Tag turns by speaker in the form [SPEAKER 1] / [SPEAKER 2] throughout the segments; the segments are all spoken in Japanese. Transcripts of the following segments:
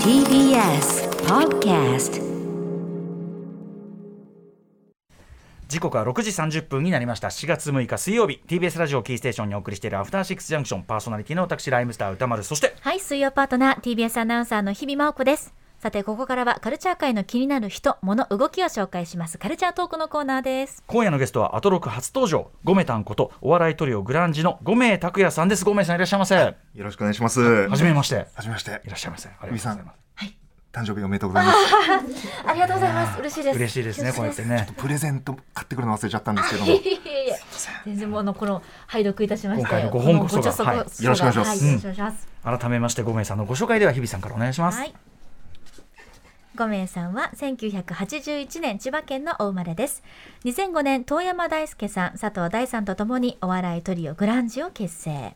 [SPEAKER 1] TBS Podcast
[SPEAKER 2] 時刻は6時30分になりました4月6日水曜日 TBS ラジオキーステーションにお送りしているアフターシックスジャンクションパーソナリティの私ライムスター歌丸そして
[SPEAKER 3] はい、水曜パートナー TBS アナウンサーの日々真央子です。さて、ここからはカルチャー界の気になる人、物、動きを紹介します。カルチャートークのコーナーです。
[SPEAKER 2] 今夜のゲストはアトロク初登場ゴメタンことお笑いトリオグランジの五名拓也さんです五名さんいらっしゃいませは
[SPEAKER 4] よろしくお願いします。は
[SPEAKER 2] じめまして
[SPEAKER 4] じめまして
[SPEAKER 2] い。らっしゃいませありがとうご
[SPEAKER 4] みさ
[SPEAKER 2] ざ
[SPEAKER 4] ん
[SPEAKER 2] います
[SPEAKER 4] 誕生日おめでとうございます。
[SPEAKER 3] ありがとうございます。嬉しいです。
[SPEAKER 2] 嬉しいですねこうやってね
[SPEAKER 4] プレゼント買ってくるの忘れちゃったんですけ ども。
[SPEAKER 3] いやいや 全然もうあのこの拝読いたしまして、
[SPEAKER 2] 今回のご本こそが
[SPEAKER 3] この著作
[SPEAKER 2] はい
[SPEAKER 3] は
[SPEAKER 4] よろしくお願いします
[SPEAKER 3] はいよろしくお願いします。
[SPEAKER 2] 改めまして五名さんのご紹介では日比さんからお願いします、
[SPEAKER 3] はい。五名さんは1981年千葉県のお生まれです。2005年遠山大輔さん、佐藤大さんとともにお笑いトリオグランジを結成。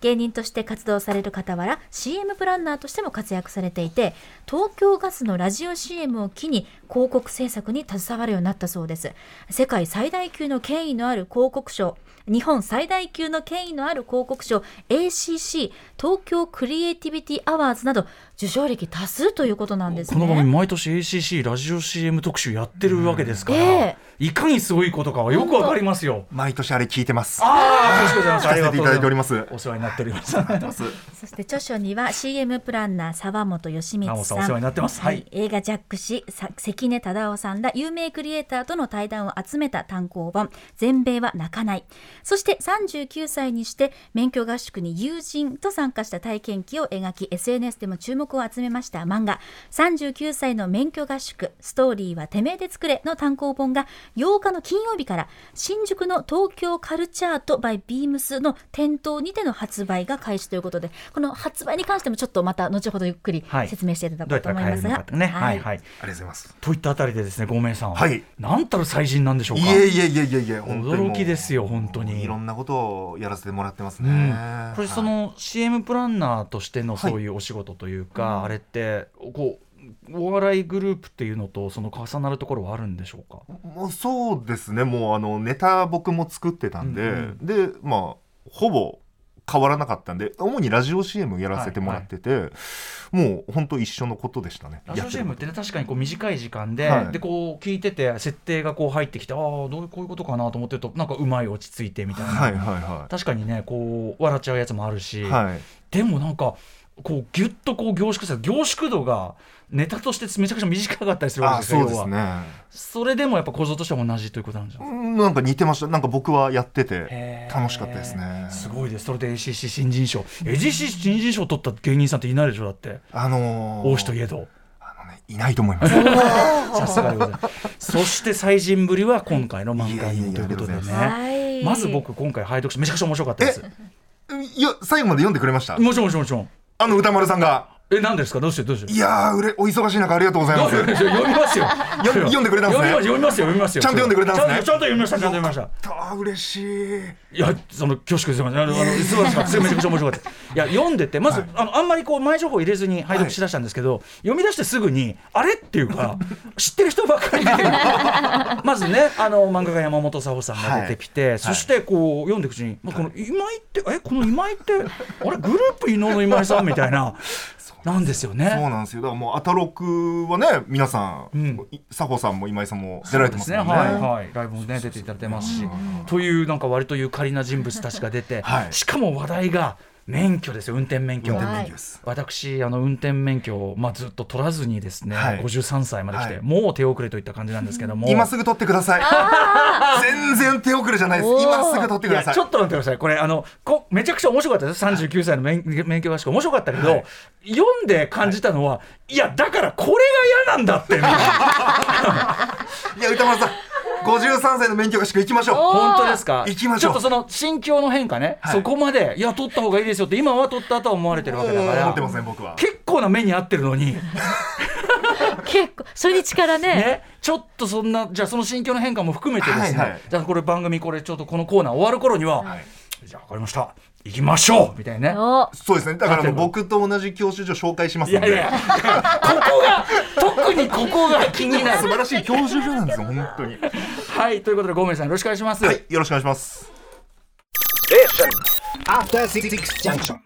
[SPEAKER 3] 芸人として活動される傍ら CM プランナーとしても活躍されていて東京ガスのラジオ CM を機に広告制作に携わるようになったそうです世界最大級の権威のある広告賞日本最大級の権威のある広告賞 ACC 東京クリエイティビティアワーズなど受賞歴多数ということなんですね
[SPEAKER 2] この番組毎年 ACC ラジオ CM 特集やってるわけですから、
[SPEAKER 3] え
[SPEAKER 2] いかにすごいことかはよくわかりますよ
[SPEAKER 4] 毎年あれ聞いてます。
[SPEAKER 2] ああよろしくお願いします
[SPEAKER 4] させていただいております
[SPEAKER 2] あがとうございお世話になっております
[SPEAKER 3] そして著書には CM プランナー沢本義光さん
[SPEAKER 2] 沢本さんお世話になってますはい
[SPEAKER 3] 映画ジャック氏さ関根忠夫さんら有名クリエイターとの対談を集めた単行本「全米は泣かない」そして39歳にして免許合宿に友人と参加した体験記を描き SNS でも注目を集めました漫画「39歳の免許合宿ストーリーはてめえで作れ」の単行本が8日の金曜日から新宿の東京カルチャート by ビームスの店頭にての発売が開始ということでこの発売に関してもちょっとまた後ほどゆっくり
[SPEAKER 2] はい
[SPEAKER 3] 説明していただ
[SPEAKER 2] ど
[SPEAKER 3] こ
[SPEAKER 2] う
[SPEAKER 3] う
[SPEAKER 2] やっ
[SPEAKER 3] と思いま
[SPEAKER 2] たら変える
[SPEAKER 3] す
[SPEAKER 2] のか
[SPEAKER 3] が
[SPEAKER 2] と。ねはいはい
[SPEAKER 4] ありがとうございます。
[SPEAKER 2] といったあたりでですね、五名さん、
[SPEAKER 4] はい
[SPEAKER 2] なんたる最人なんでしょうか。
[SPEAKER 4] いえいえいえいえいえ、本当にもう
[SPEAKER 2] 驚きですよ本当に
[SPEAKER 4] いろんなことをやらせてもらってます
[SPEAKER 2] う
[SPEAKER 4] ね
[SPEAKER 2] ん。これそ
[SPEAKER 4] はい
[SPEAKER 2] の CM プランナーとしての
[SPEAKER 4] はい
[SPEAKER 2] そういうお仕事というか、あれってこうお笑いグループっていうのとその重なるところはあるんでしょうか。
[SPEAKER 4] もうそうですね。もうあのネタ僕も作ってたんで、
[SPEAKER 2] うん
[SPEAKER 4] でまあほぼ変わらなかったんで、主にラジオ CM やらせてもらってて、もう本当一緒のことでしたね。
[SPEAKER 2] ラジ
[SPEAKER 4] や
[SPEAKER 2] オ
[SPEAKER 4] ってる
[SPEAKER 2] CM ってね確かにこう短い時間で、
[SPEAKER 4] はい
[SPEAKER 2] でこう聞いてて設定がこう入ってきてああどうこういうことかなと思ってるとなんかうまい落ち着いてみたいな。
[SPEAKER 4] はいはいは
[SPEAKER 2] 確かにねこう笑っちゃうやつもあるし、
[SPEAKER 4] い。はい。
[SPEAKER 2] でもなんかこうギュッとこう凝縮された凝縮度がネタとしてめちゃくちゃ短かったりするわけ
[SPEAKER 4] あ、
[SPEAKER 2] ですよ
[SPEAKER 4] そう
[SPEAKER 2] 要
[SPEAKER 4] で
[SPEAKER 2] は
[SPEAKER 4] すね。
[SPEAKER 2] それでもやっぱ構造としては同じということなんじゃな
[SPEAKER 4] う
[SPEAKER 2] い
[SPEAKER 4] んなんか似てました。なんか僕はやって
[SPEAKER 2] へ
[SPEAKER 4] て
[SPEAKER 2] ー
[SPEAKER 4] 楽しかったですね。
[SPEAKER 2] すごいです。それで ACC 新人賞、ACC 新人賞取った芸人さんっていないでしょだって。
[SPEAKER 4] あのー、
[SPEAKER 2] 王子といえど。
[SPEAKER 4] あのねいないと思 います。
[SPEAKER 2] さすがでございます。そして最人ぶりは今回の漫画にもとい
[SPEAKER 4] いやいや
[SPEAKER 2] うことで
[SPEAKER 4] ありがとうござい
[SPEAKER 3] は
[SPEAKER 2] ね。
[SPEAKER 3] い
[SPEAKER 2] まず僕今回拝読してめちゃくちゃ面白かったです。
[SPEAKER 4] いや最後まで読んでくれました。
[SPEAKER 2] もちろんもちろんもちろん。
[SPEAKER 4] あの歌丸さんが。
[SPEAKER 2] え何ですかどうしてどうして。
[SPEAKER 4] いやーうれお忙しい中あり がとうござい
[SPEAKER 2] ど
[SPEAKER 4] ま
[SPEAKER 2] う
[SPEAKER 4] す。
[SPEAKER 2] して読みますよ。
[SPEAKER 4] 読読んでくれたんですね
[SPEAKER 2] 読みますよ読みますよ読みますよ。
[SPEAKER 4] ちゃんと読んでくれたんで
[SPEAKER 2] ちゃ
[SPEAKER 4] すね
[SPEAKER 2] んとちゃんと読みましたちゃんと読みました。
[SPEAKER 4] あー嬉しい。
[SPEAKER 2] いやその恐縮ですいませんあのあの素晴らしかっためちゃくちゃ面白かったいや読んでてまず、あのあんまりこう前情報入れずに拝読しだしたんですけど、読み出してすぐにあれっていうか知ってる人ばっかりで まずねあの漫画家山本沙穂さんが出てきて、そしてこう読んでいくうちに、まあこの今井ってえこの今井ってあれグループ伊能の今井さんみたい ななんですよね。
[SPEAKER 4] そうなんですよ。だからもうアタロクはね皆さん、
[SPEAKER 2] うん
[SPEAKER 4] い佐保さんも今井さんも出られてますもんね。
[SPEAKER 2] はいはい、ライブもね出ていただいてますし、というなんか割とゆかりな人物たちが出て、
[SPEAKER 4] はい
[SPEAKER 2] しかも話題が免許ですよ運転免許。
[SPEAKER 4] 運転免許です。
[SPEAKER 2] 私あの運転免許を、まあ、ずっと取らずにですね、
[SPEAKER 4] はい
[SPEAKER 2] 53歳まで来て、
[SPEAKER 4] はい
[SPEAKER 2] もう手遅れといった感じなんですけども
[SPEAKER 4] 今すぐ取ってください。全然手遅れじゃないです。
[SPEAKER 3] おー
[SPEAKER 4] 今すぐ取ってくだ
[SPEAKER 2] いや
[SPEAKER 4] さい
[SPEAKER 2] ちょ。っと待ってくださいこれあのこめちゃくちゃ面白かったです39歳の免免許合宿面白かったけど、読んで感じたのは、い、やだからこれが嫌なんだってみたいない
[SPEAKER 4] や歌丸さん53歳の免許合宿行きましょう。
[SPEAKER 2] 本当ですか
[SPEAKER 4] 行きまし
[SPEAKER 2] ちょ
[SPEAKER 4] ょう
[SPEAKER 2] っとその心境の変化ね、そこまでいや取った方がいいですよって今は取ったとは思われてるわけだか
[SPEAKER 4] 思ってま
[SPEAKER 2] ら
[SPEAKER 4] せん僕は。
[SPEAKER 2] 結構な目に合ってるのに、
[SPEAKER 3] 結構初日からね
[SPEAKER 2] ね、ちょっとそんなじゃあその心境の変化も含めてですね、
[SPEAKER 4] はいはい
[SPEAKER 2] じゃあこれ番組これちょっとこのコーナー終わる頃には、
[SPEAKER 4] はい
[SPEAKER 2] じゃあ分かりました行きましょうみたいなね。
[SPEAKER 3] お
[SPEAKER 4] そうですね。だからもう僕と同じ教習所紹介します
[SPEAKER 2] いや
[SPEAKER 4] ので。
[SPEAKER 2] いや、ここが、特にここが気にな
[SPEAKER 4] 素
[SPEAKER 2] る。
[SPEAKER 4] 晴らしい教授所なんですよ、本当に。
[SPEAKER 2] はい、ということで、ごめんさん、よろしくお願いします。
[SPEAKER 4] はい、よろしくお願いします。
[SPEAKER 5] After Six Junction.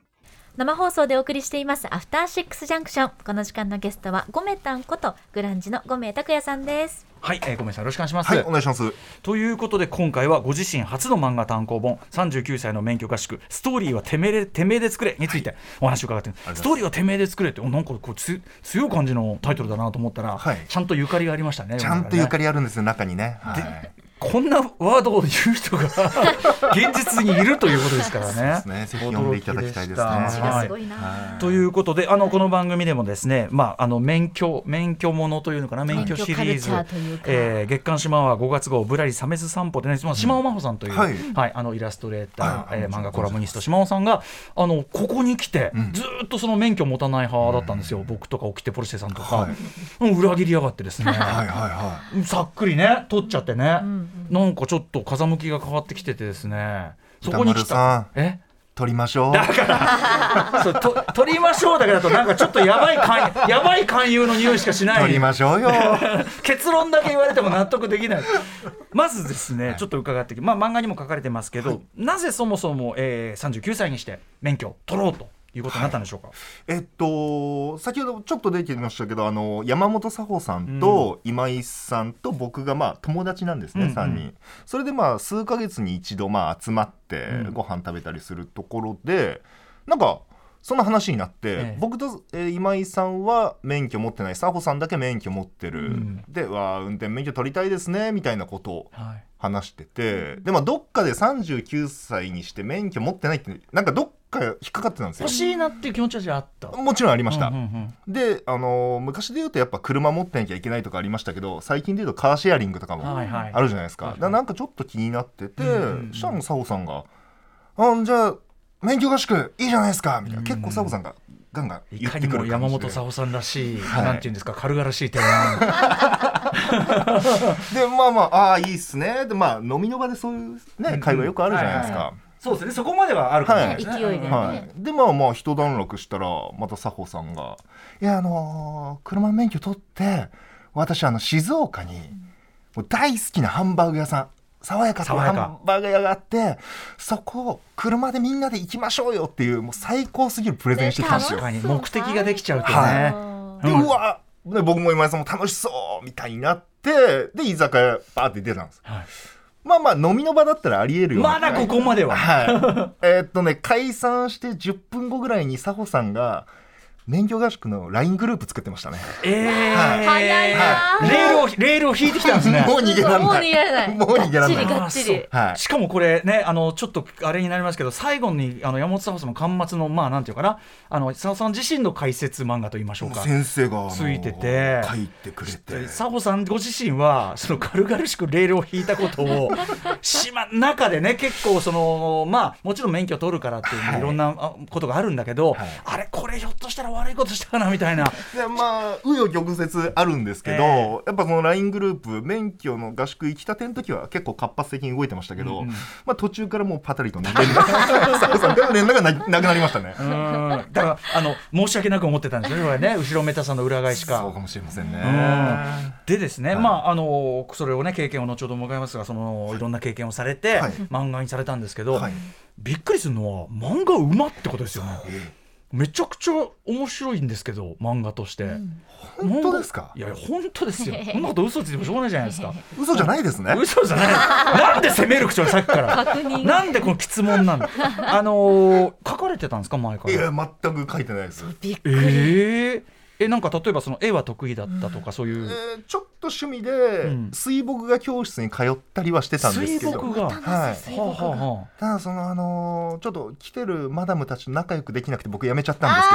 [SPEAKER 3] 生放送でお送りしていますアフターシックスジャンクションこの時間のゲストはゴメタンことグランジのゴメ拓也さんです
[SPEAKER 2] はい、えー、ごめんなさいよろしくお願いします、
[SPEAKER 4] はい、お願いします。
[SPEAKER 2] ということで今回はご自身初の漫画単行本39歳の免許合宿ストーリーはてめえてめえで作れについてお話を伺ってる、
[SPEAKER 4] ありがとうございます
[SPEAKER 2] ストーリーはてめえで作れっておなんかこうつ強い感じのタイトルだなと思ったら、
[SPEAKER 4] はい
[SPEAKER 2] ちゃんとゆかりがありましたね
[SPEAKER 4] ちゃんとゆか
[SPEAKER 2] り
[SPEAKER 4] りあるんですよ中にね。はい。
[SPEAKER 2] こんなワードを言う人が 現実にいるということですからね
[SPEAKER 4] ですねぜひ読んでいただきたいですね
[SPEAKER 2] 驚きで
[SPEAKER 3] 血
[SPEAKER 2] し
[SPEAKER 3] が
[SPEAKER 2] た
[SPEAKER 3] すごいな、
[SPEAKER 2] ということで、あのこの番組でもですね、まああの免許免許ものというのかな、免許シリーズ
[SPEAKER 3] 免許カルチャーというか、
[SPEAKER 2] えー月刊島は5月号ぶらりサメス散歩でね、まあ島尾真帆さんという、
[SPEAKER 4] は
[SPEAKER 2] はいい、あのイラストレータ
[SPEAKER 4] はい
[SPEAKER 2] ー、えー漫画コラムニスト島尾さんがあのここに来て、ずーっとその免許持たない派だったんですよ。僕とか沖手ポルシェさんとか、
[SPEAKER 4] はい
[SPEAKER 2] うん裏切りやがってですね。
[SPEAKER 4] はいはいは
[SPEAKER 2] さっくりね取っちゃってね、なんかちょっと風向きが変わってきててですね。そこに来
[SPEAKER 4] 歌丸
[SPEAKER 2] た。え？
[SPEAKER 4] い。撮りましょう。
[SPEAKER 2] そうと取りましょうだけだとなんかちょっとやばい勧 誘やばい勧誘の匂いしかしな
[SPEAKER 4] 撮り
[SPEAKER 2] い
[SPEAKER 4] ましょうよ。
[SPEAKER 2] 結論だけ言われても納得できない まずですね、ちょっと伺ってきまあ漫画にも書かれてますけど、なぜそもそも、えー、39歳にして免許を取ろうということになったんでしょうか、
[SPEAKER 4] えっと先ほどちょっと出てきましたけどあの山本佐穂さんと今井さんと僕がまあ友達なんですね、
[SPEAKER 2] うんうん
[SPEAKER 4] 3人それでまあ数ヶ月に一度まあ集まって
[SPEAKER 2] うん
[SPEAKER 4] ご飯食べたりするところで、なんかその話になって、
[SPEAKER 2] ええ
[SPEAKER 4] 僕と、えー今井さんは免許持ってない佐穂さんだけ免許持ってる、
[SPEAKER 2] うん
[SPEAKER 4] でわあ運転免許取りたいですねみたいなことを
[SPEAKER 2] はい
[SPEAKER 4] 話しててでまあどっかで39歳にして免許持ってないってなんかどっか引っかかってたんですよ
[SPEAKER 2] 欲。しいなっていう気持ちはあった
[SPEAKER 4] もちろんありました、
[SPEAKER 2] うんうんうん
[SPEAKER 4] で、あのー昔で言うとやっぱ車持ってなきゃいけないとかありましたけど最近で言うとカーシェアリングとかも
[SPEAKER 2] はいはい
[SPEAKER 4] あるじゃないですか,、
[SPEAKER 2] はいはい
[SPEAKER 4] だからなんかちょっと気になってて、
[SPEAKER 2] うんうんうん
[SPEAKER 4] したらもう佐保さんが「あじゃあ免許合宿いいじゃないですか」みたいな、
[SPEAKER 2] うん
[SPEAKER 4] 結構佐保さんがガンガン
[SPEAKER 2] い
[SPEAKER 4] 言っ
[SPEAKER 2] か
[SPEAKER 4] て
[SPEAKER 2] に
[SPEAKER 4] くる
[SPEAKER 2] も山本
[SPEAKER 4] 感
[SPEAKER 2] 佐保さんらしい、
[SPEAKER 4] はい
[SPEAKER 2] なんていうんですか軽々しい提案
[SPEAKER 4] じででまあまあ「ああーいいっすね」でまあ飲みの場でそういう
[SPEAKER 2] うんう
[SPEAKER 4] ね
[SPEAKER 2] ん
[SPEAKER 4] 会話よくあるじゃないですか。
[SPEAKER 2] はそうですねそこまではあるかもしれないですね、
[SPEAKER 3] はい勢いで
[SPEAKER 4] はい
[SPEAKER 3] ね
[SPEAKER 4] でまあまあ一段落したらまた佐保さんが「いやあのー車の免許取って私あの静岡にもう大好きなハンバーグ屋さん爽やかという
[SPEAKER 2] 爽
[SPEAKER 4] ハ
[SPEAKER 2] やか
[SPEAKER 4] ンバーグ屋があってそこを車でみんなで行きましょうよ」っていうもう最高すぎるプレゼンしてきたんですよ。
[SPEAKER 2] 確かに
[SPEAKER 3] そうそう
[SPEAKER 2] 目的ができちゃうとね、
[SPEAKER 3] は
[SPEAKER 4] で
[SPEAKER 2] 楽し
[SPEAKER 4] うわで僕も今井さんも楽しそうみたいになってで居酒屋バーって出たんです。
[SPEAKER 2] はい
[SPEAKER 4] まあまあ飲みの場だったらありえるような
[SPEAKER 2] まだここまでは
[SPEAKER 4] はい。えーっとね、解散して10分後ぐらいに佐保さんが、免許合宿の LINE グループ作ってましたね。
[SPEAKER 2] えー、
[SPEAKER 3] 早いなー
[SPEAKER 2] レールをレールを引いてきたんですね
[SPEAKER 4] もう逃げられ
[SPEAKER 3] もう逃げ
[SPEAKER 4] ない。
[SPEAKER 3] られない
[SPEAKER 4] もう逃げられない
[SPEAKER 3] がっちりがっちり
[SPEAKER 2] あーそう
[SPEAKER 4] はい
[SPEAKER 2] しかもこれねあのちょっとあれになりますけど最後にあの山本さんの巻末のまあなんていうかなあの佐野さん自身の解説漫画と言いましょうか
[SPEAKER 4] 先生があの
[SPEAKER 2] ついてて
[SPEAKER 4] 書いてくれて。
[SPEAKER 2] 佐保さんご自身はその軽々しくレールを引いたことをしま中でね結構そのまあもちろん免許取るからっていう、
[SPEAKER 4] はい
[SPEAKER 2] い、ろんなあことがあるんだけど、
[SPEAKER 4] い
[SPEAKER 2] あれこれひょっとしたら悪いことしたかなみたいな
[SPEAKER 4] でまあ紆余曲折あるんですけど、
[SPEAKER 2] え
[SPEAKER 4] やっぱその LINE グループ免許の合宿行きたての時は結構活発的に動いてましたけど、
[SPEAKER 2] うんうん
[SPEAKER 4] まあ、途中からもうパタリと連絡が 佐保さんから連絡がななくなりましたね。
[SPEAKER 2] うんだからあの申し訳なく思ってたんですよねこれね後ろめたさの裏返しか。
[SPEAKER 4] そうかもしれませんね。
[SPEAKER 2] うんでですね、
[SPEAKER 4] はい
[SPEAKER 2] まああのそれをね経験を後ほど伺いますがそのいろんな経験をされて、
[SPEAKER 4] はい
[SPEAKER 2] 漫画にされたんですけど、
[SPEAKER 4] はい
[SPEAKER 2] びっくりするのは漫画うまってことですよね。めちゃくちゃ面白いんですけど漫画として、
[SPEAKER 4] 本当ですか
[SPEAKER 2] いやいや本当で すよそんなこと嘘ついてもしょうがないじゃないですか
[SPEAKER 4] 嘘じゃないですね。
[SPEAKER 2] 嘘じゃないなんで責める口調さっきから
[SPEAKER 3] 確認
[SPEAKER 2] なんでこの質問なんだあのー書かれてたんですか前から
[SPEAKER 4] いや全く書いてないです。
[SPEAKER 3] びっく
[SPEAKER 2] え
[SPEAKER 3] り、
[SPEAKER 2] ー、えなんか例えばその絵は得意だったとか、そういう、
[SPEAKER 4] えーちょっと趣味で、
[SPEAKER 2] ん
[SPEAKER 4] 水墨画教室に通ったりはしてたんですけ
[SPEAKER 2] 水
[SPEAKER 4] ど
[SPEAKER 2] 墨画
[SPEAKER 3] 楽しそう水墨画
[SPEAKER 2] はあはあはあ
[SPEAKER 4] ただそのあのーちょっと来てるマダムたちと仲良くできなくて僕辞めちゃったんですけ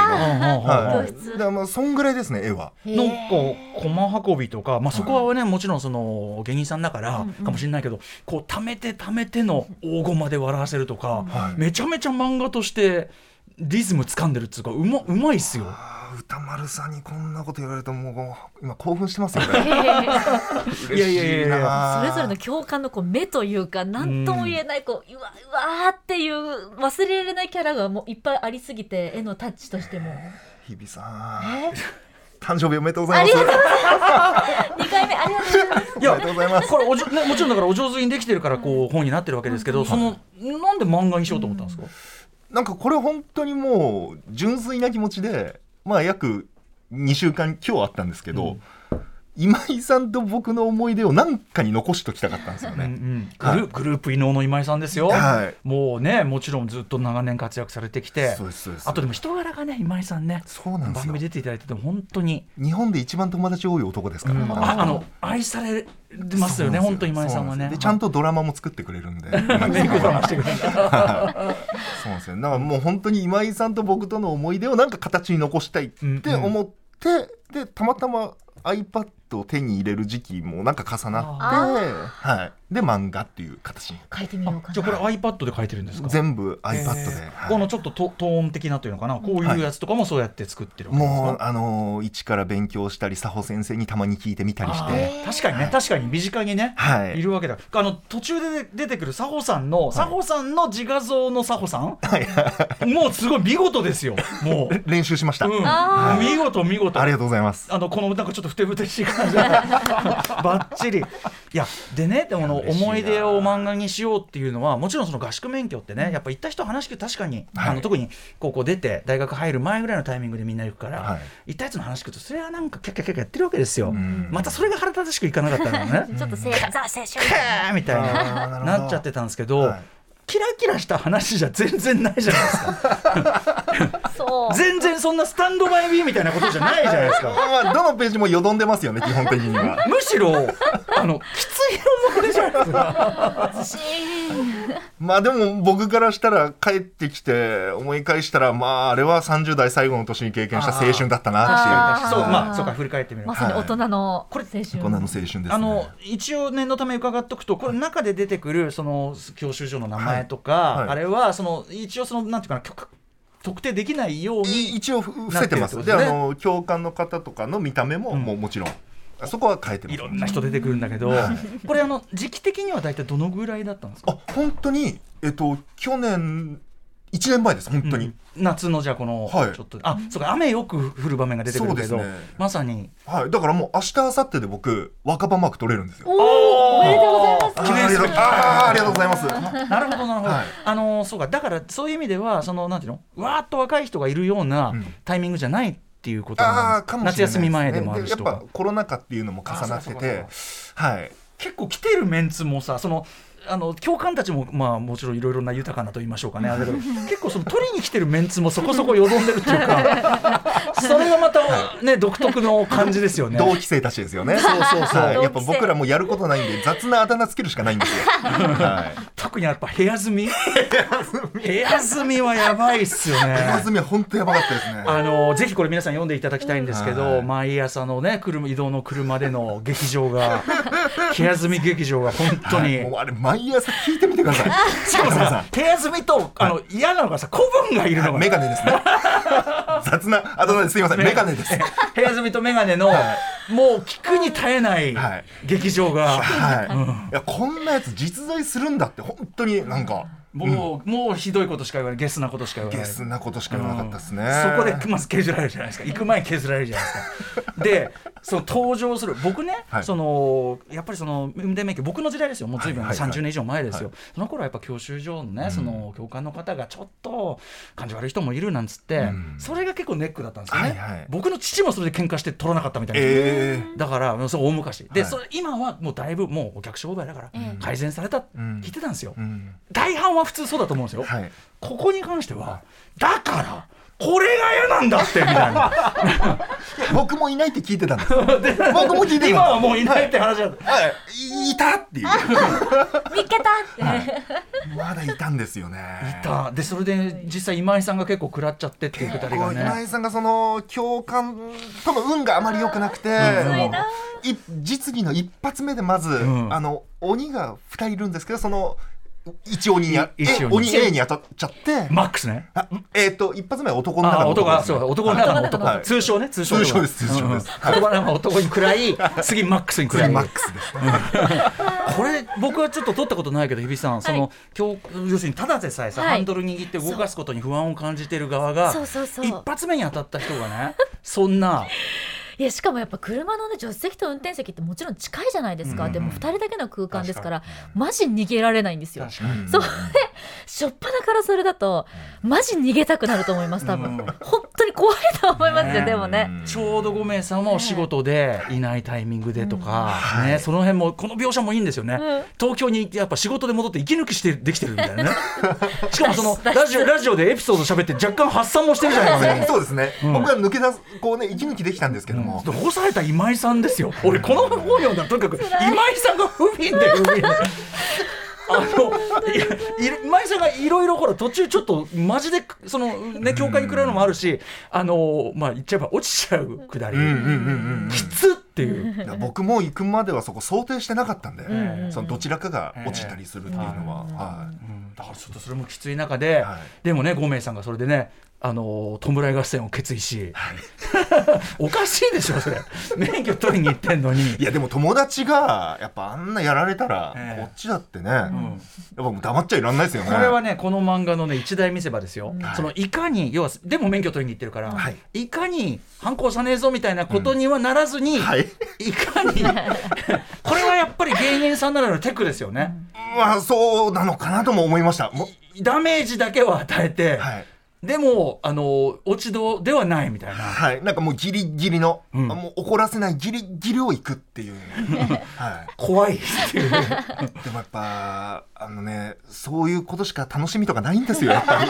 [SPEAKER 2] う
[SPEAKER 4] ど
[SPEAKER 2] んうんうん
[SPEAKER 4] は
[SPEAKER 3] 教室
[SPEAKER 4] い、だからまあそんぐらいですね絵は。
[SPEAKER 3] へー
[SPEAKER 2] なんか駒運びとか、まあ、そこはね、もちろんその芸人さんだからかもしれないけど、こう貯めて貯めての黄金まで笑わせるとか、
[SPEAKER 4] はい
[SPEAKER 2] めちゃめちゃ漫画としてリズム掴んでるっつうかうまうまいっすよ。
[SPEAKER 4] あー歌丸さんにこんなこと言われるともう今興奮してますよね。
[SPEAKER 2] いやいやいやいや
[SPEAKER 4] や
[SPEAKER 3] それぞれの共感のこう目というか何とも言えないこううわうわーっていう忘れられないキャラがもういっぱいありすぎて絵のタッチとしても
[SPEAKER 4] 日比さん
[SPEAKER 3] え
[SPEAKER 4] 誕生日おめでとうござ
[SPEAKER 3] あ
[SPEAKER 4] い
[SPEAKER 3] り
[SPEAKER 4] ま
[SPEAKER 3] がとう
[SPEAKER 4] す
[SPEAKER 3] ご。ざいます2回目ありがとうございます
[SPEAKER 2] いや
[SPEAKER 4] ありがとうございます
[SPEAKER 2] これおじょ、ね、もちろんだからお上手にできてるからこう本になってるわけですけど、そのなんで漫画にしようと思ったんですか、
[SPEAKER 4] なんかこれ本当にもう純粋な気持ちでまあ約2週間今日あったんですけど、今井さんと僕の思い出を何かに残しときたかったんですよ
[SPEAKER 2] うんう
[SPEAKER 4] ね。
[SPEAKER 2] んグル
[SPEAKER 4] はい
[SPEAKER 2] グループ伊能の今井さんですよ、
[SPEAKER 4] はい
[SPEAKER 2] もうねもちろんずっと長年活躍されてきて
[SPEAKER 4] そうですそうです
[SPEAKER 2] あとでも人柄がね今井さんね
[SPEAKER 4] そうなんで
[SPEAKER 2] 番
[SPEAKER 4] すよ
[SPEAKER 2] 組出ていただいてても本当に、
[SPEAKER 4] 日本で一番友達多い男ですから、
[SPEAKER 2] ああの愛されてますよね本当今井さんはね
[SPEAKER 4] でちゃんとドラマも作ってくれるんで
[SPEAKER 2] メイクドラマしてくれる
[SPEAKER 4] そうなんですよだからもう本当に今井さんと僕との思い出をなんか形に残したいって思って、でたまたま iPad を手に入れる時期もなんか重なって、はい、で漫画っていう形に
[SPEAKER 3] 書いてみようか
[SPEAKER 2] じゃ
[SPEAKER 3] な
[SPEAKER 2] あこれ iPad で書いてるんですか
[SPEAKER 4] 全部 iPad で、
[SPEAKER 2] えー
[SPEAKER 4] はい
[SPEAKER 2] このちょっとトトーン的なというのかなこういうやつとかもそうやって作ってるわけですか
[SPEAKER 4] もうあのー一から勉強したり佐保先生にたまに聞いてみたりし
[SPEAKER 2] あ
[SPEAKER 4] て
[SPEAKER 2] ー確かにね確かに身近にね、
[SPEAKER 4] はい
[SPEAKER 2] いるわけだあの途中で出てくる佐保さんの、佐保さんの自画像の佐保さん、もうすごい見事ですよ もう
[SPEAKER 4] 練習しました、
[SPEAKER 2] うん
[SPEAKER 3] あー
[SPEAKER 2] 見事見事
[SPEAKER 4] ありがとうございます
[SPEAKER 2] あのこのなんかちょっとふてぶてしい感じ がばっちりいやでねでもあの
[SPEAKER 4] 嬉しいな
[SPEAKER 2] 思い出を漫画にしようっていうのはもちろんその合宿免許ってねやっぱ行った人話聞くと確かに、
[SPEAKER 4] はい
[SPEAKER 2] あの特に高校出て大学入る前ぐらいのタイミングでみんな行くから、
[SPEAKER 4] はい
[SPEAKER 2] 行ったやつの話聞くとそれはなんかキャッキャッキャッキャやってるわけですよ、
[SPEAKER 4] ん
[SPEAKER 2] またそれが腹立たしくいかなかったの ね
[SPEAKER 3] ちょっとせいザ青春
[SPEAKER 2] キャーみたい
[SPEAKER 4] あーなる
[SPEAKER 2] な
[SPEAKER 4] ほど
[SPEAKER 2] なっちゃってたんですけど、
[SPEAKER 4] はい
[SPEAKER 2] キラキラした話じゃ全然ないじゃないです か
[SPEAKER 3] そう
[SPEAKER 2] 全然そんなスタンドバイビーみたいなことじゃないじゃないですか
[SPEAKER 4] まあどのページもよどんでますよね基本的には
[SPEAKER 2] むしろあのきつい色もれじゃないですか。
[SPEAKER 4] まあでも僕からしたら帰ってきて思い返したらまああれは30代最後の年に経験した青春だったなっていう
[SPEAKER 3] あー
[SPEAKER 2] そうまあそうか振り返ってみれば
[SPEAKER 3] ま。さに大人の青春
[SPEAKER 4] 大人の青春ですね
[SPEAKER 2] あの一応念のため伺っとくとこれ中で出てくるその教習所の名前とか、
[SPEAKER 4] いはい
[SPEAKER 2] あれはその一応そのなんていうかな許可特定できないよう
[SPEAKER 4] い
[SPEAKER 2] に
[SPEAKER 4] 一応ふ伏せてます
[SPEAKER 2] なってる
[SPEAKER 4] で
[SPEAKER 2] ってことね
[SPEAKER 4] あの教官の方とかの見た目ももうもちろん、そこは変えてます
[SPEAKER 2] いろんな人出てくるんだけど、これあの時期的には大体どのぐらいだったんですか。
[SPEAKER 4] あ本当にえっと去年1年前です本当に、
[SPEAKER 2] うん夏のじゃあこの
[SPEAKER 4] はい
[SPEAKER 2] ちょっと、あそうか雨よく降る場面が出てくるけど、
[SPEAKER 4] そうですね
[SPEAKER 2] まさに
[SPEAKER 4] はいだからもう明日明後日で僕若葉マーク取れるんですよ
[SPEAKER 3] おおめでとうございます
[SPEAKER 4] あ
[SPEAKER 2] 記
[SPEAKER 4] ー
[SPEAKER 2] 念すべき
[SPEAKER 4] あーありがとうございま す
[SPEAKER 2] なるほどなるほど、
[SPEAKER 4] はい
[SPEAKER 2] あのーそうかだからそういう意味ではそのなんていうのわーっと若い人がいるような
[SPEAKER 4] うん
[SPEAKER 2] タイミングじゃないっていうこと
[SPEAKER 4] あ
[SPEAKER 2] な
[SPEAKER 4] あ
[SPEAKER 2] ん
[SPEAKER 4] ー
[SPEAKER 2] です
[SPEAKER 4] かもしれない
[SPEAKER 2] 夏休み前でもあるし
[SPEAKER 4] で
[SPEAKER 2] と
[SPEAKER 4] やっ
[SPEAKER 2] か
[SPEAKER 4] ぱコロナ禍っていうのも重なってて
[SPEAKER 2] あ
[SPEAKER 4] はい
[SPEAKER 2] 結構来てるメンツもさそのあの教官たちも、まあ、もちろんいろいろな豊かなと言いましょうかねあれだけ ど結構その取りに来てるメンツもそ こそこよどんでるっていうか それがまた、 ね、独特の感じですよね。
[SPEAKER 4] 同期生たちですよ ね。
[SPEAKER 2] そうそうそう
[SPEAKER 4] はいやっ
[SPEAKER 3] 同期
[SPEAKER 4] ぱ
[SPEAKER 3] 生
[SPEAKER 4] 僕らもやることないんで雑なあだ名つけるしかない んですよ。はい。
[SPEAKER 2] 特にやっぱ 部屋住み部屋住みはやばいっすよね。
[SPEAKER 4] 山積みは本当やばかったですね。
[SPEAKER 2] あのぜひこれ皆さん読んでいただきたいんですけど、
[SPEAKER 4] はい
[SPEAKER 2] 毎朝のね車移動の車での劇場が 部屋住み劇場が本当に、
[SPEAKER 4] もうあれ毎朝聞いてみてくださ い。
[SPEAKER 2] しかも
[SPEAKER 4] 皆
[SPEAKER 2] さ
[SPEAKER 4] さ
[SPEAKER 2] 部屋住みとあの嫌なのがさ古文がいるの
[SPEAKER 4] ん
[SPEAKER 2] が
[SPEAKER 4] メガネですね。雑なあだ名ですいません。メガネです。
[SPEAKER 2] 部屋住みとメガネの、もう聞くに耐えない
[SPEAKER 4] はい
[SPEAKER 2] 劇場が、
[SPEAKER 4] はい。いやこんなやつ実在するんだって本当になんか
[SPEAKER 2] もうもうひどいことしか言わないゲスなことしか言わな
[SPEAKER 4] ゲ
[SPEAKER 2] い。
[SPEAKER 4] スなことしか言わなかったですね。
[SPEAKER 2] そこでまず削られるじゃない ですか行く前に削られるじゃないですかでその登場する僕ね、
[SPEAKER 4] はい
[SPEAKER 2] そのやっぱりその運転免許僕の時代ですよもう随分
[SPEAKER 4] はいはいはい
[SPEAKER 2] 30年以上前ですよ、その頃はやっぱ教習所のね、その教官の方がちょっと感じ悪い人もいるなんつって、
[SPEAKER 4] うん
[SPEAKER 2] それが結構ネックだったんですよね、
[SPEAKER 4] はいはい
[SPEAKER 2] 僕の父もそれで喧嘩して取らなかったみたいな、
[SPEAKER 4] え
[SPEAKER 2] だからそう大昔で、
[SPEAKER 4] はい
[SPEAKER 2] それ今はもうだいぶもうお客商売だから
[SPEAKER 3] ええ
[SPEAKER 2] 改善されたって
[SPEAKER 4] うん
[SPEAKER 2] 聞いてたんですよ、
[SPEAKER 4] え。うん。
[SPEAKER 2] 大半は普通そうだと思うんですよ、
[SPEAKER 4] はい。
[SPEAKER 2] ここに関しては、だから、これが嫌なんだってみたい な。
[SPEAKER 4] 僕もいないって聞いてたんです。 僕も聞いてた。
[SPEAKER 2] 今はもういないって話だった。
[SPEAKER 4] はい、いたっていう、
[SPEAKER 3] 見っけたって
[SPEAKER 4] まだいたんですよね。
[SPEAKER 2] いたでそれで実際今井さんが結構食らっちゃってっていうくだり
[SPEAKER 4] こ
[SPEAKER 2] が
[SPEAKER 4] う今井
[SPEAKER 2] ね。
[SPEAKER 4] さんがその共感との運があまり良くなくて、もうい実技の一発目でまず、
[SPEAKER 2] ん
[SPEAKER 4] あの鬼が2人いるんですけどその一鬼にあ
[SPEAKER 2] い一
[SPEAKER 4] え
[SPEAKER 2] 鬼
[SPEAKER 4] 鬼 A に当たっちゃって、
[SPEAKER 2] マックスね。
[SPEAKER 4] あえっ、と一発目は男の中
[SPEAKER 2] あ
[SPEAKER 4] の
[SPEAKER 2] 男
[SPEAKER 4] 男
[SPEAKER 2] が
[SPEAKER 4] です
[SPEAKER 2] そ
[SPEAKER 4] ね、
[SPEAKER 2] う男の中の男、
[SPEAKER 4] はい
[SPEAKER 2] 通称ね通称
[SPEAKER 4] 通称です通称です
[SPEAKER 2] うんうん男の中の男に食らい次マックスに食らい
[SPEAKER 4] 次マックスですね、
[SPEAKER 2] これ僕はちょっと取ったことないけど日比さん、その今日要するにただでさえさ、
[SPEAKER 3] はい
[SPEAKER 2] ハンドル握って動かすことに不安を感じてる側が
[SPEAKER 3] そうそうそうそう
[SPEAKER 2] 一発目に当たった人がねそんな
[SPEAKER 3] いやしかもやっぱ車のね助手席と運転席ってもちろん近いじゃないですか、
[SPEAKER 2] うん
[SPEAKER 3] でも2人だけの空間ですから
[SPEAKER 2] 確か
[SPEAKER 3] マジ逃げられないんですよ
[SPEAKER 2] 確かに
[SPEAKER 3] そうしょっぱなからそれだとマジ逃げたくなると思います多分、
[SPEAKER 2] うん
[SPEAKER 3] 本当に怖いと思いますよ、
[SPEAKER 2] ね
[SPEAKER 3] でもね。
[SPEAKER 2] ちょうど5名さんはお仕事でいないタイミングでとか、ね、その辺もこの描写もいいんですよね、
[SPEAKER 3] うん
[SPEAKER 2] 東京に行ってやっぱ仕事で戻って息抜きしてできてるみたい なねしかもその
[SPEAKER 3] 脱出
[SPEAKER 2] ラジオラジオでエピソード喋って若干発散もしてるじゃないですか、
[SPEAKER 4] そうですね、
[SPEAKER 2] ん
[SPEAKER 4] 僕は抜け出すこうね息抜きできたんですけど も、
[SPEAKER 2] どうされた今井さんですよ。俺この本読んだらとにかく今井さんが不憫で不憫で。 あのいやい今井さんがいろいろほら途中ちょっとマジでそのね教会に来るのもあるし、あのまあ言っちゃえば落ちちゃうくだり、
[SPEAKER 4] うんうんうん うん
[SPEAKER 2] きつっていう。
[SPEAKER 4] いや僕も行くまではそこ想定してなかったんで、
[SPEAKER 2] んうん
[SPEAKER 4] そのどちらかが落ちたりするっていうのは、はい
[SPEAKER 2] うんだからちょっとそれもきつい中で、
[SPEAKER 4] はい
[SPEAKER 2] でもね五名さんがそれでね。あの弔い合戦を決意し、 おかしいでしょそれ免許取りに行ってんのに
[SPEAKER 4] いやでも友達がやっぱあんなやられたら、
[SPEAKER 2] ええ
[SPEAKER 4] こっちだってね、やっぱもう黙っちゃいらんないですよね
[SPEAKER 2] これはねこの漫画のね一大見せ場ですよ、そのいかに要はでも免許取りに行ってるから、
[SPEAKER 4] はい
[SPEAKER 2] い、かに反抗さねえぞみたいなことにはならずに、
[SPEAKER 4] はい
[SPEAKER 2] い、か にこれはやっぱり芸人さんならのテクですよね、
[SPEAKER 4] まあそうなのかなとも思いましたも
[SPEAKER 2] ダメージだけは与えて、
[SPEAKER 4] はい
[SPEAKER 2] でもあの落ち度ではないみたいな。
[SPEAKER 4] はいなんかもうギリギリの、
[SPEAKER 2] ん
[SPEAKER 4] もう怒らせないギリギリを行くっていう、はい
[SPEAKER 2] 怖いっていう
[SPEAKER 4] でもやっぱあのねそういうことしか楽しみとかないんですよやっぱり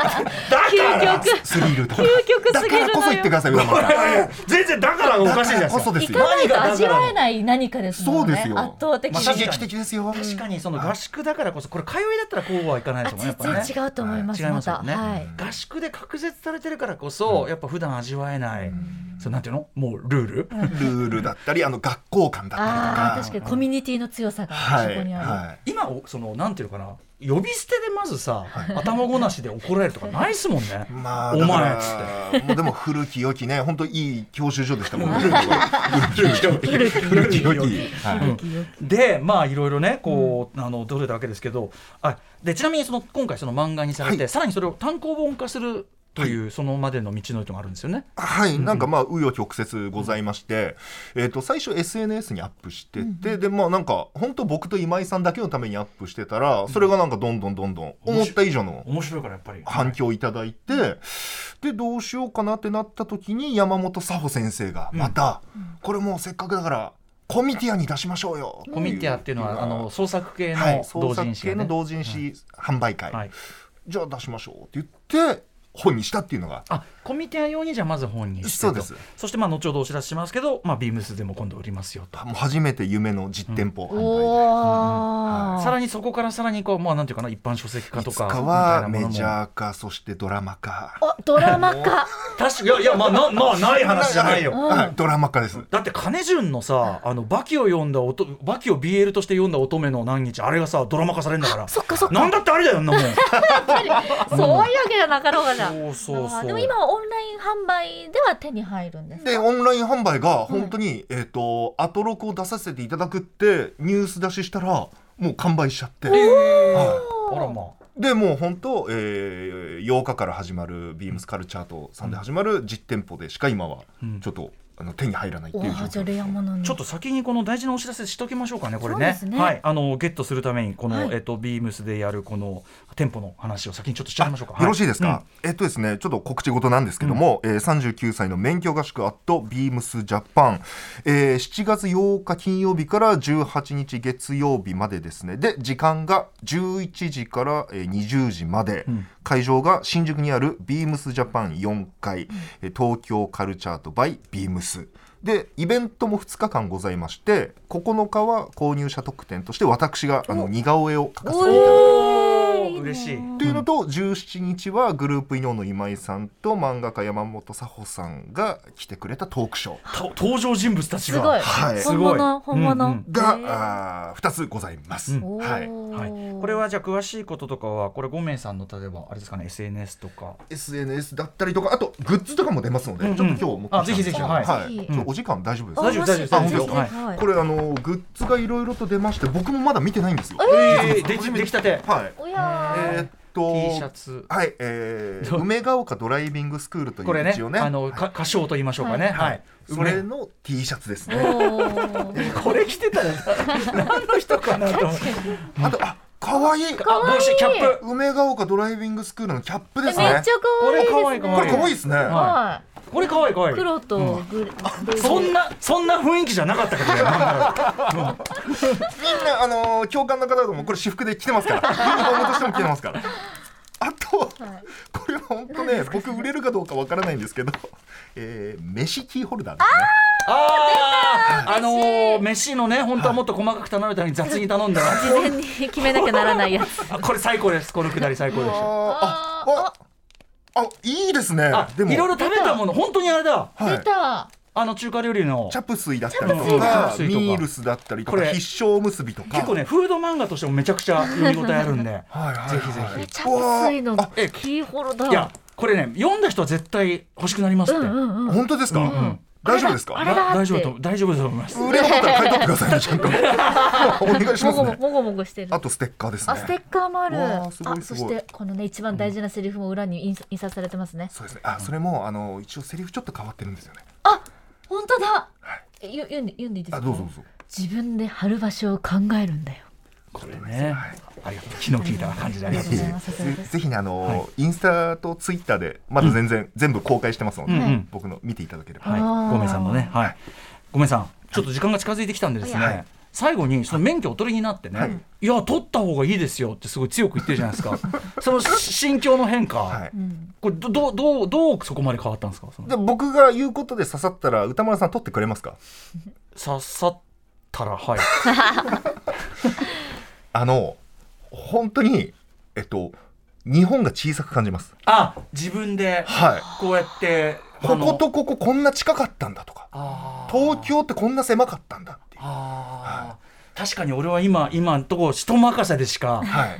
[SPEAKER 3] 究極
[SPEAKER 4] スリルとか究
[SPEAKER 3] 極すぎるのよ
[SPEAKER 4] だからこそ言ってください上村さん
[SPEAKER 2] 全然だ からがおかしいじゃない
[SPEAKER 4] だ
[SPEAKER 2] です
[SPEAKER 4] こ
[SPEAKER 2] か
[SPEAKER 4] そです
[SPEAKER 3] 行
[SPEAKER 4] よ
[SPEAKER 3] かないと味わえない何かですもんね
[SPEAKER 4] そうですよ
[SPEAKER 3] 圧倒的
[SPEAKER 2] ま
[SPEAKER 3] に、
[SPEAKER 2] あ
[SPEAKER 4] 刺
[SPEAKER 2] 確かに
[SPEAKER 4] 激的ですよ
[SPEAKER 2] 確かにその合宿だからこそこれ通いだったらこうはいかないですもんねやっぱね
[SPEAKER 3] あ全然違うと思います、
[SPEAKER 2] 違い
[SPEAKER 3] ま
[SPEAKER 2] ます
[SPEAKER 3] た、
[SPEAKER 2] よね、
[SPEAKER 3] はい、
[SPEAKER 2] 合宿で隔絶されてるからこそ、やっぱ普段味わえない、そうなんていうのもうルール、
[SPEAKER 4] ルールだったりあの学校感だ
[SPEAKER 3] ああ
[SPEAKER 4] ったり
[SPEAKER 3] 確
[SPEAKER 4] と
[SPEAKER 3] か
[SPEAKER 4] か
[SPEAKER 3] にコミュニティの強さがそ
[SPEAKER 4] はい
[SPEAKER 3] こにある、
[SPEAKER 4] は
[SPEAKER 2] 今おそのなんていうのかな呼び捨てでまずさ、頭ごなしで怒られるとかないっすもんね、
[SPEAKER 4] いまあ
[SPEAKER 2] お
[SPEAKER 4] だか
[SPEAKER 2] 前
[SPEAKER 4] ら
[SPEAKER 2] っつって。
[SPEAKER 4] もうでも古き良きね本当いい教習所でしたもんね
[SPEAKER 2] 古
[SPEAKER 4] 古
[SPEAKER 2] き
[SPEAKER 4] き
[SPEAKER 2] 良
[SPEAKER 4] 良
[SPEAKER 2] き
[SPEAKER 4] きはい
[SPEAKER 2] でまあいろいろねこう、あの取れたわけですけどあでちなみにその今回その漫画にされて、
[SPEAKER 4] はい
[SPEAKER 2] さらにそれを単行本化するという、そのまでの道のりともあるんですよね。
[SPEAKER 4] はい、なんかまあ紆余曲折ございまして、えー、と最初 SNS にアップしてて、でまあなんか本当僕と今井さんだけのためにアップしてたらそれがなんかどんどんどんどん思った以上の
[SPEAKER 2] 面白いからやっぱり
[SPEAKER 4] 反響いただいて、でどうしようかなってなった時に山本佐穂先生がまた、これもうせっかくだからコミティアに出しましょうよ
[SPEAKER 2] コミティアっていうのは、あの創作系
[SPEAKER 4] は
[SPEAKER 2] の
[SPEAKER 4] い、創
[SPEAKER 2] 同
[SPEAKER 4] 作
[SPEAKER 2] 人誌、ね
[SPEAKER 4] 系の同人誌販売会、
[SPEAKER 2] はい
[SPEAKER 4] じゃあ出しましょうって言って本にしたっていうのが
[SPEAKER 2] あコミティア用にじゃあまず本にしてと
[SPEAKER 4] そうです
[SPEAKER 2] そしてまあ後ほどお知らせしますけど、まあ、ビームスでも今度売りますよと。
[SPEAKER 4] もう初めて夢の実店舗販売で。
[SPEAKER 3] おお、
[SPEAKER 2] さらにそこからさらにこう、まあ、なんていうかな一般書籍化と
[SPEAKER 4] いつか
[SPEAKER 2] か
[SPEAKER 4] はメジ
[SPEAKER 2] ー
[SPEAKER 4] ャーかそしてドラマか
[SPEAKER 3] おドラマ化
[SPEAKER 2] 確かいやいやまあな,、まあ、ない話じゃ ないよ
[SPEAKER 4] はいドラマ化です
[SPEAKER 2] だって金潤のさあのバキを読んだおとバキを BL として読んだ乙女の何日あれがさドラマ化されるんだから
[SPEAKER 3] そっかそっか
[SPEAKER 2] なんだってあれだよあんなも ん
[SPEAKER 3] そういうわけじゃなかろうがじゃ
[SPEAKER 2] そうそうそう
[SPEAKER 3] あーでも今はオンライン販売では手に入るんです
[SPEAKER 4] でオンライン販売が本当に、えっ、とアトロクを出させていただくってニュース出ししたらもう完売しちゃって、は
[SPEAKER 2] あらまあ
[SPEAKER 4] い、でもう本当、えー、8日から始まるビームスカルチャートさんで始まる実店舗でしか今はちょっと、あの手に入らないって
[SPEAKER 3] お
[SPEAKER 4] いう状
[SPEAKER 3] ーじゃ
[SPEAKER 4] 況
[SPEAKER 3] あレアものに
[SPEAKER 2] ちょっと先にこの大事なお知らせしときましょうかね、これ
[SPEAKER 3] そうで
[SPEAKER 2] ね。
[SPEAKER 3] すね
[SPEAKER 2] はい、あのゲットするために、この、
[SPEAKER 3] はい
[SPEAKER 2] えっとビームスでやるこの店舗の話を先にちょっとしちゃいましょうか。は
[SPEAKER 4] よろしいですか、えっとですねちょっと告知事なんですけども、えー、39歳の免許合宿アットビームスジャパン、えー、7月8日金曜日から18日月曜日までですねで時間が11時からえー20時まで、会場が新宿にあるビームスジャパン4階、えー東京カルチャート by ビームスでイベントも2日間ございまして9日は購入者特典として私があの似顔絵を描かせていただきま
[SPEAKER 3] い
[SPEAKER 2] お
[SPEAKER 4] す
[SPEAKER 3] い
[SPEAKER 2] ー
[SPEAKER 3] ね
[SPEAKER 2] 嬉しい。
[SPEAKER 4] というのと、17日はグループイノの今井さんと漫画家山本佐穂さんが来てくれたトークショー
[SPEAKER 2] と登場人物たち
[SPEAKER 3] すごい、
[SPEAKER 2] が。
[SPEAKER 4] はい
[SPEAKER 3] 本物
[SPEAKER 2] すごい
[SPEAKER 3] 本物、
[SPEAKER 2] うんうん
[SPEAKER 4] が、
[SPEAKER 3] え
[SPEAKER 4] あー2つございます。
[SPEAKER 2] うん
[SPEAKER 3] ー
[SPEAKER 4] はい
[SPEAKER 3] おー
[SPEAKER 2] はい、これはじゃあ詳しいこととかはこれ5名さんの例えばあれですかね SNS とか
[SPEAKER 4] SNS だったりとかあとグッズとかも出ますので、
[SPEAKER 2] うんうん
[SPEAKER 4] ちょっと今日持って
[SPEAKER 2] あぜひぜひはい
[SPEAKER 4] はい
[SPEAKER 3] ぜひ
[SPEAKER 4] ちょっとお時間大丈夫です
[SPEAKER 3] あ
[SPEAKER 4] か
[SPEAKER 2] 大丈
[SPEAKER 3] も
[SPEAKER 2] 夫
[SPEAKER 3] し
[SPEAKER 2] 大丈
[SPEAKER 3] ぜ
[SPEAKER 2] 夫
[SPEAKER 3] ひ
[SPEAKER 4] 大丈夫
[SPEAKER 2] です
[SPEAKER 3] はい
[SPEAKER 4] これあのグッズがいろいろと出まして僕もまだ見てないんですよ。
[SPEAKER 2] えーできできたて
[SPEAKER 4] はい
[SPEAKER 3] おやー
[SPEAKER 4] えーっと
[SPEAKER 2] T シャツ
[SPEAKER 4] はい、え
[SPEAKER 2] ど
[SPEAKER 4] ー、
[SPEAKER 2] う
[SPEAKER 4] 梅ヶ丘ドライビングスクールとい
[SPEAKER 2] これ
[SPEAKER 4] う
[SPEAKER 2] ね
[SPEAKER 4] 一応ね
[SPEAKER 2] あのか歌唱と言いましょうかね、はい
[SPEAKER 4] それの T シャツです
[SPEAKER 3] お
[SPEAKER 4] ね、
[SPEAKER 3] ー
[SPEAKER 2] これ着てたら何の人かなと思って
[SPEAKER 4] あとあ可愛い
[SPEAKER 2] 帽子キャップ
[SPEAKER 4] 梅ヶ丘ドライビングスクールのキャップ
[SPEAKER 3] め
[SPEAKER 4] で
[SPEAKER 3] っ
[SPEAKER 4] す
[SPEAKER 3] ちゃ
[SPEAKER 4] ね
[SPEAKER 3] 可愛いですね。
[SPEAKER 2] これ可愛い可愛
[SPEAKER 4] これ可愛いですね、
[SPEAKER 2] は
[SPEAKER 3] は
[SPEAKER 2] これかわいいかわい
[SPEAKER 3] い。
[SPEAKER 2] い
[SPEAKER 3] 黒とグレー。
[SPEAKER 2] そん
[SPEAKER 3] な。
[SPEAKER 2] なそんな雰囲気じゃなかったけ どねなんだろ
[SPEAKER 4] みんなあのー教官の方ともこれ私服で着てますからユニフォームとしても着てますからあと
[SPEAKER 3] はい
[SPEAKER 4] これは本当ね僕売れるかどうかわからないんですけど、 えー、飯キーホルダーですね
[SPEAKER 2] うあーあのー飯のね本当はもっと細かく頼めたのに雑に頼んだら
[SPEAKER 3] 事前に決めなきゃならないやつ。
[SPEAKER 2] あこれ最高ですこのくだり最高でした
[SPEAKER 4] あーあああいいですね
[SPEAKER 2] あ
[SPEAKER 4] でも
[SPEAKER 2] いろいろ食べたもの本当にあれだ
[SPEAKER 4] はい
[SPEAKER 3] た。
[SPEAKER 2] あの中華料理の
[SPEAKER 4] チャプスイだったり
[SPEAKER 2] チャプス
[SPEAKER 4] と
[SPEAKER 2] イだ
[SPEAKER 4] かミールスだったりと
[SPEAKER 2] こ
[SPEAKER 4] か
[SPEAKER 2] れ
[SPEAKER 4] 必勝結びとか
[SPEAKER 2] 結構ねフード漫画としてもめちゃくちゃ読み応えあるん で
[SPEAKER 4] はいはいはい、
[SPEAKER 2] ぜひぜひ
[SPEAKER 3] めちゃ安いの
[SPEAKER 4] うわーあ
[SPEAKER 2] え
[SPEAKER 3] キーホルダー。
[SPEAKER 2] いやこれね読んだ人は絶対欲しくなりますって、
[SPEAKER 3] うんうんうん。
[SPEAKER 4] 本当ですか、
[SPEAKER 2] うんうん
[SPEAKER 4] 大丈夫です
[SPEAKER 3] あ
[SPEAKER 4] か
[SPEAKER 3] れだって
[SPEAKER 2] 大丈夫だと大丈夫だと思います
[SPEAKER 4] 売れ残ったら買い取ってくださいねちゃんとお願いし
[SPEAKER 3] もご
[SPEAKER 4] ます
[SPEAKER 3] も
[SPEAKER 4] ね
[SPEAKER 3] ごもごもごしてる。
[SPEAKER 4] あとステッカーですね
[SPEAKER 3] あステッカーもある。
[SPEAKER 4] わあすごい
[SPEAKER 3] あそ
[SPEAKER 4] すごい
[SPEAKER 3] してこのね一番大事なセリフも裏に印印刷されてますね。
[SPEAKER 4] そうですねあそれもあの一応セリフちょっと変わってるんですよね
[SPEAKER 3] あ本当だ。えゆ読んで読んでいいですか。
[SPEAKER 4] あどうぞどうぞ
[SPEAKER 3] 自分で貼る場所を考えるんだよ。
[SPEAKER 2] これね、ありがとう昨日聞いた感じでありがとうございます
[SPEAKER 3] さすがで
[SPEAKER 4] ぜ
[SPEAKER 3] す
[SPEAKER 4] ぜひねあの、インスタとツイッターでまだ全然、全部公開してますので、
[SPEAKER 2] うんうん
[SPEAKER 4] 僕の見ていただければ、
[SPEAKER 2] はい
[SPEAKER 3] あー
[SPEAKER 2] ごめんさんもねはいごめんさんちょっと時間が近づいてきたんでですね、
[SPEAKER 4] はい
[SPEAKER 2] 最後にその免許お取りになってね、
[SPEAKER 4] はいい、
[SPEAKER 2] や取った方がいいですよってすごい強く言ってるじゃないです かその心境の変化、
[SPEAKER 4] はい
[SPEAKER 3] うん
[SPEAKER 2] これどどうどうどうそこまで変わったんですかその
[SPEAKER 4] じゃあ僕が言うことで刺さったら歌丸さん撮ってくれますか
[SPEAKER 2] 刺さったらはい
[SPEAKER 4] あの本当にえっと日本が小さく感じます
[SPEAKER 2] あ自分で
[SPEAKER 4] はい
[SPEAKER 2] こうやって
[SPEAKER 4] ここ
[SPEAKER 2] あの
[SPEAKER 4] とこここんな近かったんだとか
[SPEAKER 2] あー
[SPEAKER 4] 東京ってこんな狭かったんだっていう
[SPEAKER 2] あー確かに俺は今今のところ人任せでしか
[SPEAKER 4] はい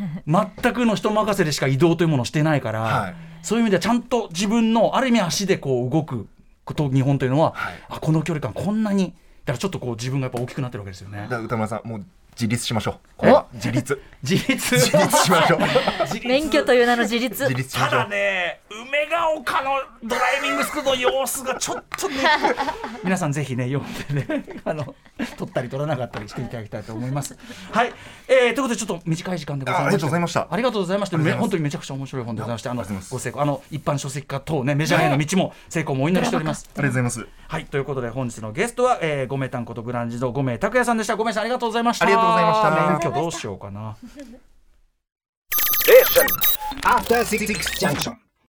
[SPEAKER 2] 全くの人任せでしか移動というものをしてないから、
[SPEAKER 4] はい
[SPEAKER 2] そういう意味ではちゃんと自分のある意味足でこう動くこと日本というのは、
[SPEAKER 4] はい
[SPEAKER 2] あこの距離感こんなにだからちょっとこう自分がやっぱ大きくなってるわけですよね
[SPEAKER 4] だか。ら歌丸さんもう自立しましょうこれ
[SPEAKER 2] お
[SPEAKER 4] は 自立
[SPEAKER 2] 自立
[SPEAKER 4] 自立しま しょう
[SPEAKER 2] 自立
[SPEAKER 3] 免許という名の自立。
[SPEAKER 4] 自立しま
[SPEAKER 2] た
[SPEAKER 4] しょ
[SPEAKER 2] だ
[SPEAKER 4] う
[SPEAKER 2] ね梅ヶ丘のドライビングスクールの様子がちょっと ね皆さんぜひね読んでね あの取ったり取らなかったりしていただきたいと思います。はい、えー、ということでちょっと短い時間でございました
[SPEAKER 4] あありがとうございました
[SPEAKER 2] ありがとうございました
[SPEAKER 4] ありが
[SPEAKER 2] め
[SPEAKER 4] とうございます
[SPEAKER 2] 本当にめちゃくちゃ面白い本でございましてあの
[SPEAKER 4] ありがとうございます
[SPEAKER 2] ご成功あの一般書籍化等ねメジャーへの道も成功もお祈りしております。
[SPEAKER 4] ありがとうございます
[SPEAKER 2] はいということで本日のゲストは、えー、ご名担ことグランジのご名拓也さんでしたご名さんありがとうございました
[SPEAKER 4] ありがとうございました
[SPEAKER 2] 免許どうしようかな
[SPEAKER 5] After Six Junction.